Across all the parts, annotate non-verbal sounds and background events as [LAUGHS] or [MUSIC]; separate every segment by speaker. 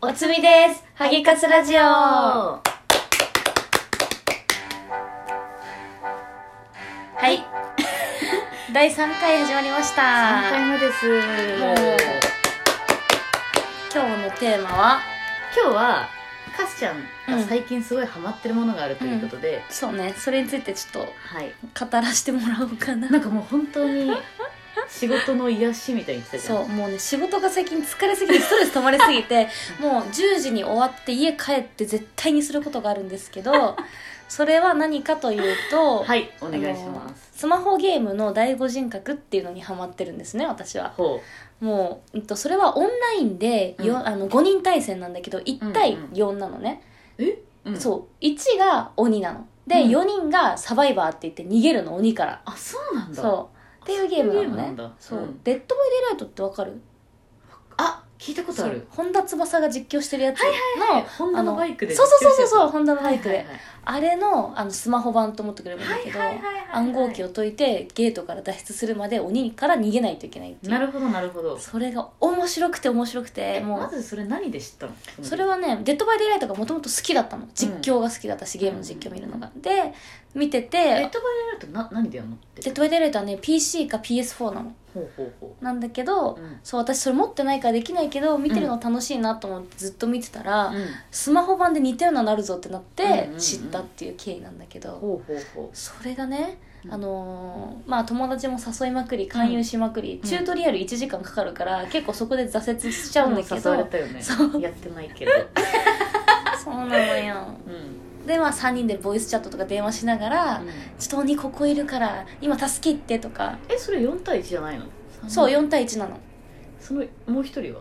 Speaker 1: おつみですハゲカツラジオはい
Speaker 2: [LAUGHS] 第3回始まりました
Speaker 1: 3回目です
Speaker 2: もう今日のテーマは
Speaker 1: 今日はカスちゃんが最近すごいハマってるものがあるということで、
Speaker 2: そうねそれについてちょっ
Speaker 1: はい
Speaker 2: と語らせてもらおうかな
Speaker 1: なんかもう本当に仕事の癒しみたいに言ってたじゃん
Speaker 2: そうもうね仕事が最近疲れすぎてストレス溜まりすぎて
Speaker 1: [LAUGHS]
Speaker 2: もう10時に終わって家帰って絶対にすることがあるんですけど
Speaker 1: [LAUGHS]
Speaker 2: それは何かというと、
Speaker 1: はいお
Speaker 2: お
Speaker 1: 願いします
Speaker 2: スマホゲームの第五人格っていうのにハマってるんですね私は
Speaker 1: ほ
Speaker 2: もう、うんと、それはオンラインで、よ
Speaker 1: うん
Speaker 2: あの5人対戦なんだけど1対
Speaker 1: うんうん
Speaker 2: 4なのね、
Speaker 1: うえ、うん、う
Speaker 2: そう1が鬼なので、
Speaker 1: うん
Speaker 2: 4人がサバイバーって言って逃げるの鬼から
Speaker 1: あそうなんだ
Speaker 2: そうっていうゲームなの
Speaker 1: そういうゲームな
Speaker 2: ね
Speaker 1: んだ
Speaker 2: そう、
Speaker 1: うん
Speaker 2: デッドバイデイライトってわかる
Speaker 1: あ聞いたことある
Speaker 2: そう本田翼が実況してるやつの、
Speaker 1: ホンダのバイクで
Speaker 2: そうそうそうそうホンダのバ
Speaker 1: バ
Speaker 2: イクで、あれのあのスマホ版と思ってくればいいんだけど、暗号機
Speaker 1: を
Speaker 2: を解いてゲートから脱出するまで鬼から逃げないといけないっていう
Speaker 1: なるほどなるほど
Speaker 2: それが面白くて面白くて
Speaker 1: え
Speaker 2: もう
Speaker 1: まずそれ何で知ったの
Speaker 2: それはね「デッド・バイ・デイ・ライト」がもともと好きだったの実況が好きだったし、
Speaker 1: ん
Speaker 2: ゲームの実況見るのが、で見て
Speaker 1: デッ
Speaker 2: て
Speaker 1: ドバイライトな何でやるのっ
Speaker 2: 「
Speaker 1: て
Speaker 2: デッド・バイ・デイ・ライト」はね PC か PS4 なの
Speaker 1: ほうほうほ
Speaker 2: なんだけど、
Speaker 1: ううん
Speaker 2: そう私それ持ってないからできないけど見てるの楽しいなと思ってずっと見てたら、
Speaker 1: うん
Speaker 2: スマホ版で似たようなのあるぞってなっ
Speaker 1: うんうん
Speaker 2: て
Speaker 1: うん
Speaker 2: 知ったっていう経緯なんだけど、
Speaker 1: ほうほうほ
Speaker 2: それがね、
Speaker 1: うん
Speaker 2: あのーまあ友達も誘いまくり勧誘しまくり、
Speaker 1: うん
Speaker 2: チュートリアル1時間かかるから、結構そこで挫折しち
Speaker 1: う
Speaker 2: ゃうんだけ
Speaker 1: 誘われ
Speaker 2: ど
Speaker 1: たよね
Speaker 2: そう
Speaker 1: やってないけど
Speaker 2: そうなのよ
Speaker 1: うん
Speaker 2: でまあ3人でボイスチャットとか電話しながら、
Speaker 1: うん
Speaker 2: ちょっと鬼ここいるから今助け行ってとか、
Speaker 1: えそれ4対1じゃないの
Speaker 2: そう
Speaker 1: よ
Speaker 2: 4対1なの
Speaker 1: そのもう一人は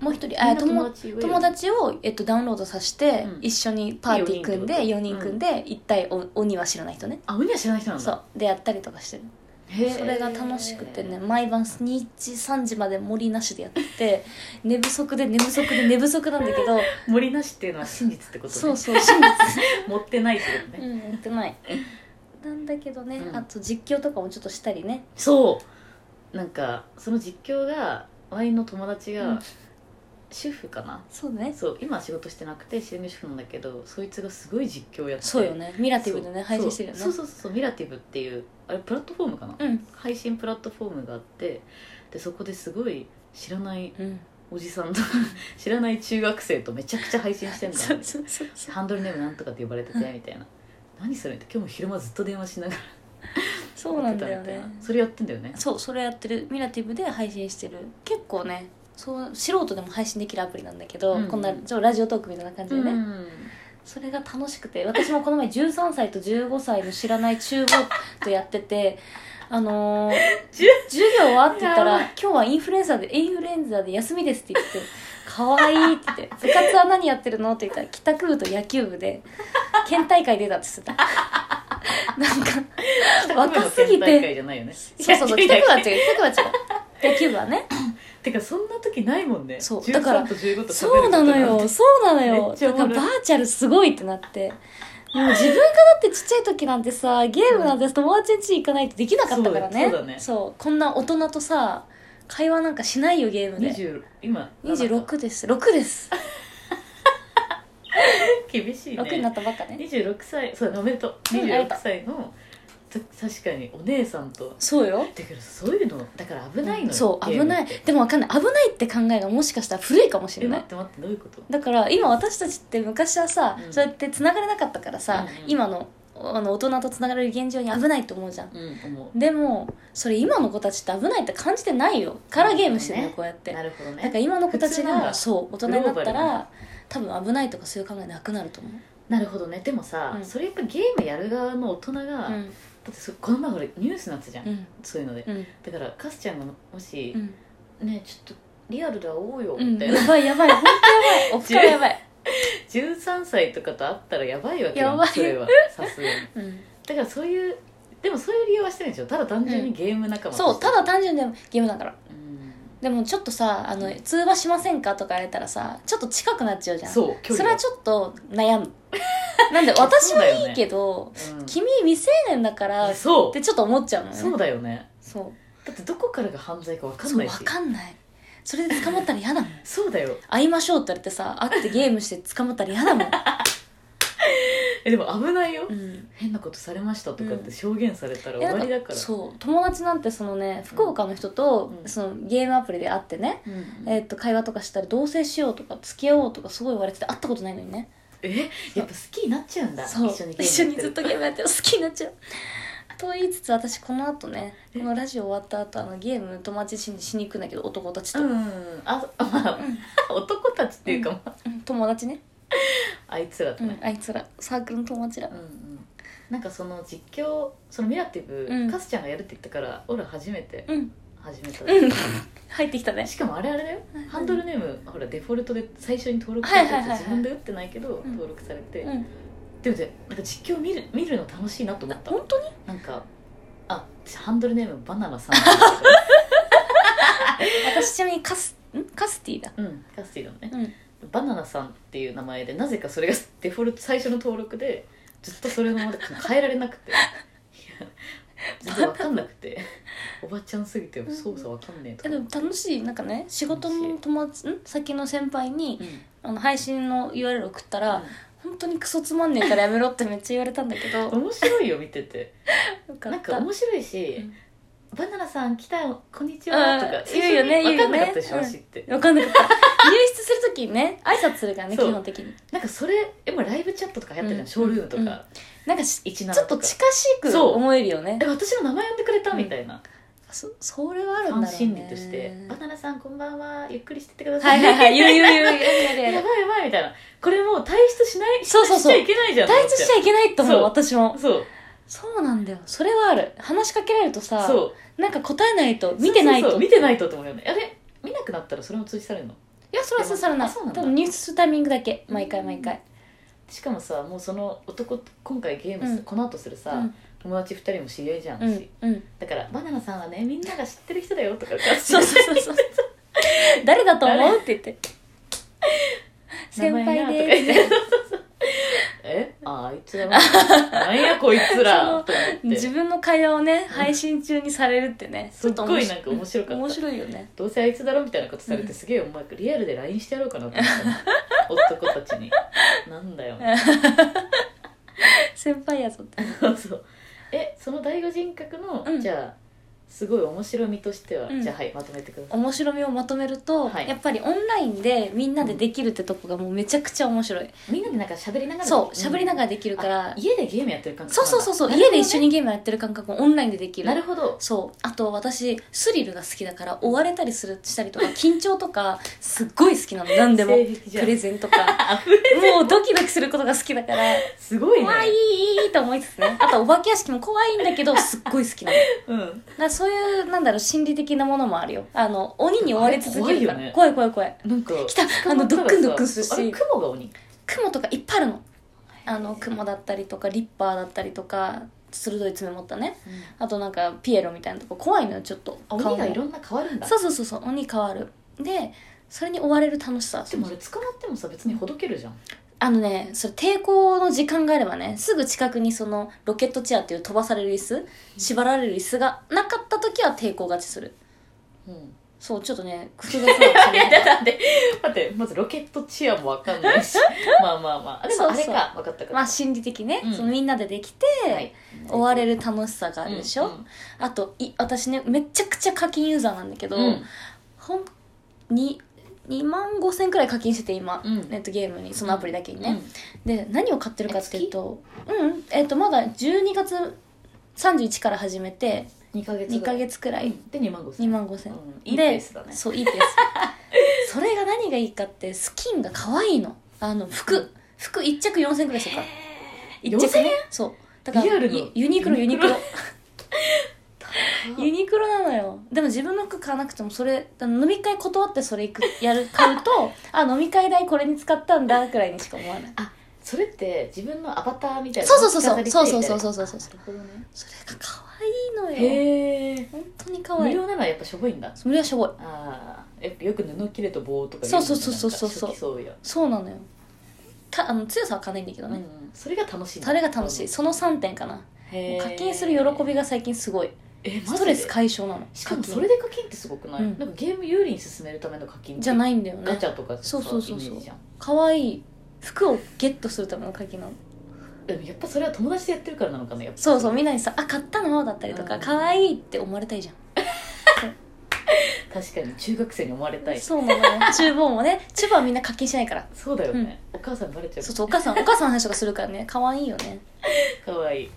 Speaker 2: もう一人
Speaker 1: み
Speaker 2: あ
Speaker 1: んな
Speaker 2: 友
Speaker 1: 達がいる
Speaker 2: 友達を、えっと、ダウンロードさせて、
Speaker 1: うん
Speaker 2: 一緒にパーティー組んで4
Speaker 1: 四
Speaker 2: 人
Speaker 1: 人ってこと
Speaker 2: 組んで、一対お鬼は知らない人ね
Speaker 1: あウニは知らない人なんだ
Speaker 2: そうでやったりとかしてる
Speaker 1: へー
Speaker 2: それが楽しくてね毎晩2時3時まで森なしでやってて [LAUGHS] 寝不足で寝不足で寝不足なんだけど、
Speaker 1: 森なしっていうのは真実ってことね
Speaker 2: そうそう真
Speaker 1: [LAUGHS]
Speaker 2: 実
Speaker 1: 持ってないってことね、
Speaker 2: うんやってないなんだけどね、
Speaker 1: うん
Speaker 2: あと実況とかもちょっとしたりね
Speaker 1: そうなんかその実況がワインの友達が、
Speaker 2: うん
Speaker 1: 主婦かな
Speaker 2: そうだね
Speaker 1: そう今は仕事してなくて主婦なんだけどそいつがすごい実況やって
Speaker 2: そうよねミラティブで
Speaker 1: そ
Speaker 2: ね
Speaker 1: う
Speaker 2: 配信してるよね
Speaker 1: そうそうそうそうミラティブっていうあれプラットフォームかな、
Speaker 2: うん
Speaker 1: 配信プラットフォームがあってでそこですごい知らない
Speaker 2: うん
Speaker 1: おじさんと [LAUGHS] 知らない中学生とめちゃくちゃ配信してんだよね
Speaker 2: そうそうそうそう
Speaker 1: ハンドルネームなんとかって呼ばれててみたいな何それって今日も昼間ずっと電話しながら
Speaker 2: そう
Speaker 1: や
Speaker 2: な
Speaker 1: っ
Speaker 2: ん
Speaker 1: てた
Speaker 2: だ
Speaker 1: み
Speaker 2: よ
Speaker 1: たい
Speaker 2: ね
Speaker 1: なそれやってんだよね
Speaker 2: そうそれやってるミラティブで配信してる結構ねそう素人でも配信できるアプリなんだけど、
Speaker 1: うん
Speaker 2: こんなちょラジオトークみたいな感じでね、それが楽しくて私もこの前13歳と15歳の知らない中国とやってて [LAUGHS] あのー、
Speaker 1: じゅ
Speaker 2: 授業はって言った
Speaker 1: や
Speaker 2: ら
Speaker 1: ばい
Speaker 2: 「今日はインフルエンザでインフルエンザで休みです」って言って「かわいい」って言って「部活は何やってるの?」って言ったら「帰宅部と野球部で県大会出た」って言ってたなんか若すぎ
Speaker 1: 北部の県大会
Speaker 2: て
Speaker 1: じゃないよね
Speaker 2: そうそうそう帰
Speaker 1: いやい
Speaker 2: 宅部
Speaker 1: や
Speaker 2: はい違う
Speaker 1: や
Speaker 2: 帰宅部は違う野球部はね
Speaker 1: てかそんな時ないもんね
Speaker 2: そう
Speaker 1: 13
Speaker 2: だから
Speaker 1: と15と喋る
Speaker 2: そ
Speaker 1: こ
Speaker 2: う
Speaker 1: と
Speaker 2: な
Speaker 1: な
Speaker 2: んの
Speaker 1: て
Speaker 2: よそうなの
Speaker 1: め
Speaker 2: よ
Speaker 1: っちゃ
Speaker 2: だ
Speaker 1: お
Speaker 2: か
Speaker 1: も
Speaker 2: ら
Speaker 1: ろい
Speaker 2: バーチャルすごいってなってもう自分がだってちっちゃい時なんてさゲームなんて友達ん家行かないとできなかったからね
Speaker 1: そうだそうだね
Speaker 2: そうこんな大人とさ会話なんかしないよゲームで
Speaker 1: 20今
Speaker 2: 26です6です
Speaker 1: 厳しいね
Speaker 2: 6になったばっかね
Speaker 1: 26歳そうだねおめでとう
Speaker 2: うんありがと
Speaker 1: 26
Speaker 2: う
Speaker 1: 歳のた確かにお姉さんと
Speaker 2: そうよ
Speaker 1: だけどそういうのだから危ないのよ
Speaker 2: そう
Speaker 1: ゲ
Speaker 2: 危
Speaker 1: ーム
Speaker 2: な
Speaker 1: っ
Speaker 2: い
Speaker 1: て
Speaker 2: でも分かんない危ないって考えがもしかしたら古いかもし
Speaker 1: え
Speaker 2: れな
Speaker 1: 待っ
Speaker 2: い
Speaker 1: て待ってどういうこと
Speaker 2: だから今私たちって昔はさ、
Speaker 1: うん
Speaker 2: そうやって繋がれなかったからさ、
Speaker 1: うんうん
Speaker 2: 今のあの大人と繋がれる現状に危ないと思うじゃん
Speaker 1: うん思
Speaker 2: でもそれ今の子たちって危ないって感じてないよからゲームしてるよ
Speaker 1: ね
Speaker 2: こうやって
Speaker 1: う
Speaker 2: だ
Speaker 1: なるほどね
Speaker 2: から今の子たち
Speaker 1: 普通なん
Speaker 2: が
Speaker 1: だ
Speaker 2: そう大人になっ
Speaker 1: グロー
Speaker 2: た
Speaker 1: バルなん
Speaker 2: ら多分危ないとかそういう考えなくなると思う
Speaker 1: なるほどねでもさ、
Speaker 2: うん
Speaker 1: それやっぱゲームやる側の大人が、
Speaker 2: う
Speaker 1: だっ
Speaker 2: ん
Speaker 1: てそこの前ほらニュースになってたじゃん、
Speaker 2: うん
Speaker 1: そういうので
Speaker 2: うん
Speaker 1: だからカスちゃんがもし
Speaker 2: う、ん
Speaker 1: ねちょっとリアルで会おうよ
Speaker 2: うん
Speaker 1: みたいな、
Speaker 2: やばいやばい本
Speaker 1: [LAUGHS]
Speaker 2: 当やばいお二人やばい
Speaker 1: 13歳とかと会ったらやばいわけ
Speaker 2: や
Speaker 1: よ
Speaker 2: ばい
Speaker 1: それはさすがに
Speaker 2: うん
Speaker 1: だからそういうでもそういう理由はしてないでしょただ単純にゲーム仲間として、
Speaker 2: そうただ単純でゲームだから
Speaker 1: うん
Speaker 2: でもちょっとさあの通話しませんかとか言われたらさちょっと近くなっちゃうじゃん
Speaker 1: そう距
Speaker 2: そ
Speaker 1: 離
Speaker 2: れは
Speaker 1: が
Speaker 2: ちょっと悩
Speaker 1: [LAUGHS]
Speaker 2: むなんで私はいいけど、
Speaker 1: うん
Speaker 2: 君未成年だからっ
Speaker 1: そう
Speaker 2: てちょっと思っちゃうのよね
Speaker 1: そうだよね
Speaker 2: そう
Speaker 1: だってどこからが犯罪か分か
Speaker 2: そ
Speaker 1: ん
Speaker 2: う
Speaker 1: ない
Speaker 2: 分
Speaker 1: し
Speaker 2: かんないそれで捕まったら嫌だもん
Speaker 1: そうだよ
Speaker 2: 会いましょうって言われてさ会ってゲームして捕まったら嫌だも
Speaker 1: [LAUGHS]
Speaker 2: ん、
Speaker 1: えでも危ないよ、
Speaker 2: うん、
Speaker 1: 変なことされましたとかっ
Speaker 2: う
Speaker 1: て
Speaker 2: ん
Speaker 1: 証言されたら
Speaker 2: い
Speaker 1: 終
Speaker 2: や
Speaker 1: わ
Speaker 2: な
Speaker 1: り
Speaker 2: ん
Speaker 1: だか、
Speaker 2: からそう友達なんてそのね福岡の人と、
Speaker 1: うん
Speaker 2: そのゲームアプリで会ってね、
Speaker 1: うん
Speaker 2: えー、と会話とかしたら同棲しようとか付き合おうとかすごい言われてて会ったことないのにね
Speaker 1: えやっぱ好きになっちゃうんだ
Speaker 2: そう
Speaker 1: 一緒にゲ
Speaker 2: 一
Speaker 1: ー
Speaker 2: 緒
Speaker 1: ムや
Speaker 2: に
Speaker 1: って
Speaker 2: ず
Speaker 1: る
Speaker 2: っとゲームやってる好きになっちゃうと言いつつ私この後ねこのラジオ終わった後あのゲーム友達しにしに行くんだけど男たちと、
Speaker 1: うんうんあまあ、男たちっていうか、まあ、
Speaker 2: うん友達ね、
Speaker 1: あいつらと
Speaker 2: うん
Speaker 1: ね、、
Speaker 2: あいつらサークルの友達ら
Speaker 1: うんうんなんかその実況そのミラティブ、
Speaker 2: うん
Speaker 1: カスちゃんがやるって言ったから俺ら初めて
Speaker 2: うん
Speaker 1: 始めた、
Speaker 2: うん入ってきたね
Speaker 1: しかもあれあれだよ
Speaker 2: うん
Speaker 1: ハンドルネームほらデフォルトで最初に登録されて
Speaker 2: はい
Speaker 1: て
Speaker 2: はいはいはい
Speaker 1: 自分で打ってないけど
Speaker 2: ん
Speaker 1: 登録されて、
Speaker 2: うん
Speaker 1: でもねなんか実況見る見るの楽しいなと思った
Speaker 2: 本当に
Speaker 1: なんかあハンドルネームバナナさん
Speaker 2: 私ちなみにカスんカスティ [LAUGHS] だ
Speaker 1: うんカスティだね
Speaker 2: うん
Speaker 1: バナナさんっていう名前でなぜかそれが [LAUGHS] デフォルト最初の登録でずっとそれのままで変えられなくていや全然わかんなくておばちゃんすぎて操作わかんねえ
Speaker 2: え
Speaker 1: とか
Speaker 2: でも楽しいなんかね仕事の友達ん先の先輩に
Speaker 1: うん
Speaker 2: あの配信の URL 送ったら、
Speaker 1: う
Speaker 2: 本当にクソつまんねえからやめろってめっちゃ言われたんだ [LAUGHS] けど
Speaker 1: ん面白いよ見てて
Speaker 2: よか
Speaker 1: なん
Speaker 2: っ
Speaker 1: か
Speaker 2: た
Speaker 1: 面白いし、
Speaker 2: うん
Speaker 1: バナナさん来たよこんにちはと
Speaker 2: う
Speaker 1: か
Speaker 2: ん言うよね
Speaker 1: 分かんなかったでし
Speaker 2: 言
Speaker 1: ょ、
Speaker 2: うよね
Speaker 1: 私って、
Speaker 2: 分かんなかった入室する時にね挨拶するからね基
Speaker 1: そう
Speaker 2: 本的に
Speaker 1: なんかそれ今ライブチャットとかやってるじゃん、
Speaker 2: うん
Speaker 1: ショールームとか、
Speaker 2: うんなんかし
Speaker 1: 17とか
Speaker 2: ちょっと近しく思えるよね
Speaker 1: え私の名前呼んでくれた、みたいな
Speaker 2: そそれはあ
Speaker 1: フ
Speaker 2: る
Speaker 1: ァ
Speaker 2: ん
Speaker 1: ン
Speaker 2: だろうね
Speaker 1: 心理として「バナナさんこんばんはゆっくりしてってくださ」
Speaker 2: はいいはいはい言う言う言うやるやるや
Speaker 1: [LAUGHS] や
Speaker 2: る
Speaker 1: ばいやばいみたいなこれもう退出しない
Speaker 2: そうそうそう
Speaker 1: しちゃいけないじゃん
Speaker 2: 退出しちゃいけないと思う
Speaker 1: そう
Speaker 2: 私も
Speaker 1: そう
Speaker 2: そうなんだよそれはある話しかけられるとさ
Speaker 1: そう
Speaker 2: なんか答えないと見てない
Speaker 1: そうそ
Speaker 2: と
Speaker 1: うそう見てないとと思うよねあれ見なくなったらそれも通知されるの
Speaker 2: いやそれは刺さらない
Speaker 1: あそうなんだ
Speaker 2: 多分入室するタイミングだけ毎回毎回
Speaker 1: しかもさもうその男と今回ゲームす
Speaker 2: うん
Speaker 1: この後するさ、
Speaker 2: うん
Speaker 1: 友達2人も知り合いじゃん、
Speaker 2: う
Speaker 1: 私
Speaker 2: んうん
Speaker 1: だからバナナさんはねみんなが知ってる人だよとか言っ
Speaker 2: [LAUGHS]
Speaker 1: て
Speaker 2: そうそうそうそう誰だと思うって言って先輩
Speaker 1: [LAUGHS]
Speaker 2: で
Speaker 1: 名前なとか言って [LAUGHS] えああいつらなんやこいつらと思っ
Speaker 2: [LAUGHS] 自
Speaker 1: て
Speaker 2: 分の会話をね配信中にされるってね
Speaker 1: すっごい
Speaker 2: ちょ
Speaker 1: なんか面白
Speaker 2: っ
Speaker 1: か
Speaker 2: と
Speaker 1: った
Speaker 2: 面白い面白いよね [LAUGHS]
Speaker 1: どうせあいつだろみたいなことされて、
Speaker 2: うん
Speaker 1: すげえお前リアルで LINE してやろうかなと思った
Speaker 2: [LAUGHS]
Speaker 1: の男たちになんだよ
Speaker 2: 先輩やぞって
Speaker 1: そうえその第五人格の、
Speaker 2: うん
Speaker 1: じゃあすごい面白みとしては、
Speaker 2: うん
Speaker 1: じゃあはいまとめてください
Speaker 2: 面白みをまとめると、
Speaker 1: はい
Speaker 2: やっぱりオンラインでみんなでできるってとこがもうめちゃくちゃ面白い、
Speaker 1: みんなでなんか喋りながら
Speaker 2: そう喋りなが
Speaker 1: ら
Speaker 2: らできるから、
Speaker 1: 家でゲームやってる感覚
Speaker 2: そうそうそうそう、家で一緒にゲームやってる感覚もオンラインでできる
Speaker 1: なるほど
Speaker 2: そうあと私スリルが好きだから追われたりするしたりとか緊張とかすっごい好きなの何でも
Speaker 1: 性癖じゃん
Speaker 2: プレゼンとか
Speaker 1: あ [LAUGHS] 溢れ
Speaker 2: もうドキドキすることが好きだから
Speaker 1: すごいね
Speaker 2: 怖いいいいいと思いつつねあとお化け屋敷も怖いんだけどすっごい好きなのだ
Speaker 1: うん
Speaker 2: からそういうなんだろう心理的なものもあるよあの鬼に追われ続けるから
Speaker 1: あれ
Speaker 2: 怖い怖い怖い
Speaker 1: なんか
Speaker 2: 来たあのドックンドックンするし
Speaker 1: あれ雲が鬼
Speaker 2: 雲とかいっぱいあるのあの雲だったりとかリッパーだったりとか鋭い爪持ったねあとなんかピエロみたいなとこ怖いのよちょっと
Speaker 1: あ鬼がいろんな変わるんだ
Speaker 2: そうそうそうそう鬼変わるでそれに追われる楽しさ
Speaker 1: でもあれ捕まってもさ別にほどけるじゃん
Speaker 2: あのねそれ抵抗の時間があればねすぐ近くにそのロケットチェアっていう飛ばされる椅子縛られる椅子がなかった時は抵抗勝ちする
Speaker 1: うん
Speaker 2: そうちょっとね複雑なのか
Speaker 1: え
Speaker 2: な
Speaker 1: [LAUGHS] だだって待ってまずロケットチェアもわかんな
Speaker 2: [LAUGHS]
Speaker 1: いしまあまあまあでもあれ
Speaker 2: そうそう
Speaker 1: かわかったか
Speaker 2: まあ心理的ね、
Speaker 1: うん
Speaker 2: そのみんなでできて、
Speaker 1: はい
Speaker 2: 追われる楽しさがあるでしょ、
Speaker 1: うん
Speaker 2: あとい私ねめちゃくちゃ課金ユーザーなんだけど、
Speaker 1: うん
Speaker 2: ほんに2万5千くらい課金してて今、
Speaker 1: うん
Speaker 2: ネットゲームにそのアプリだけにね、
Speaker 1: うん
Speaker 2: で何を買ってるかっていうとうんえっ、とまだ12月31から始めて
Speaker 1: 二ヶ月
Speaker 2: 2ヶ月くらい
Speaker 1: で二万五千
Speaker 2: 2万5千、
Speaker 1: うん
Speaker 2: で
Speaker 1: いいペースだね
Speaker 2: そういいペー
Speaker 1: [LAUGHS]
Speaker 2: スそれが何がいいかってスキンが可愛いのあの服服1着4000くらいするから1着ねそうだから
Speaker 1: リアルの
Speaker 2: ユユニクロユニクロユ
Speaker 1: ユニ
Speaker 2: ニクロなのよでも自分の服買わなくてもそれあの飲み会断ってそれ行くやる買うとあ飲み会代これに使ったんだくらいにしか思わない
Speaker 1: それって自分のアバターみたいな
Speaker 2: そうそうそうそう
Speaker 1: 持ち飾り
Speaker 2: そう
Speaker 1: みたい
Speaker 2: そう
Speaker 1: な
Speaker 2: そうそうそうそう
Speaker 1: なるほどね
Speaker 2: それが可愛いのよ
Speaker 1: へえ
Speaker 2: 本当に可
Speaker 1: 無
Speaker 2: 愛い
Speaker 1: 料ならやっぱしょぼいんだ
Speaker 2: それはしょぼい
Speaker 1: ああよく布切れと棒とかい
Speaker 2: そうそうそうそうそう
Speaker 1: なんか初期そうや
Speaker 2: そうなのよたあの強さはかないんだけど
Speaker 1: う
Speaker 2: ね、
Speaker 1: んそれが楽しいんだ
Speaker 2: それが楽しいその3点かな、
Speaker 1: へー
Speaker 2: 課金する喜びが最近すごい
Speaker 1: え
Speaker 2: ス
Speaker 1: マ
Speaker 2: ト
Speaker 1: ジ
Speaker 2: レ
Speaker 1: で
Speaker 2: ス解消なの
Speaker 1: しかも
Speaker 2: 課金
Speaker 1: それで課金ってすごくない、
Speaker 2: うん
Speaker 1: なんかゲーム有利に進めるための課金って
Speaker 2: じゃないんだよね
Speaker 1: ガチャとかさ
Speaker 2: そうそうそうそう
Speaker 1: イメージじゃん
Speaker 2: 可愛い服をゲットするための鍵なの
Speaker 1: でもやっぱそれは友達でやってるからなのかなやっぱ
Speaker 2: そうそうみんなにさ「あ買ったの?」だったりと
Speaker 1: う
Speaker 2: か「
Speaker 1: ん
Speaker 2: 可愛いって思われたいじゃん
Speaker 1: 確かに中学生に思われたい
Speaker 2: そうなのよ [LAUGHS] 厨房もね厨房はみんな課金しないから
Speaker 1: そうだよね、お母さんバレちゃう
Speaker 2: そうそうお母さんお母さんの話とかするからね可愛いよね
Speaker 1: かわいい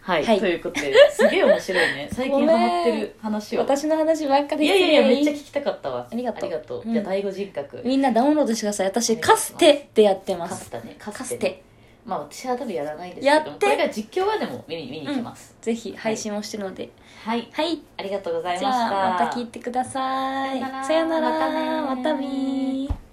Speaker 1: はい、
Speaker 2: はい
Speaker 1: ということですげえ面白いね最近ハマってる話を
Speaker 2: 私の話ばっか
Speaker 1: い
Speaker 2: り
Speaker 1: や
Speaker 2: て
Speaker 1: いやいやめっちゃ聞きたかったわ
Speaker 2: ありがとううん
Speaker 1: じゃあ第五人格、
Speaker 2: みんなダウンロードしてください私
Speaker 1: お願いし
Speaker 2: か
Speaker 1: ます
Speaker 2: すてでやってま
Speaker 1: カ
Speaker 2: す
Speaker 1: スタねカ
Speaker 2: か
Speaker 1: ス
Speaker 2: す
Speaker 1: テ
Speaker 2: て
Speaker 1: まあ私は多分やらないですけども
Speaker 2: やって
Speaker 1: これが実況はでも見に見に行きます、
Speaker 2: ぜひ配信をしてるので
Speaker 1: はい
Speaker 2: はい
Speaker 1: ありがとうございまし
Speaker 2: じ
Speaker 1: た
Speaker 2: ゃあまた聞いてください
Speaker 1: さよなら
Speaker 2: さよならまたみー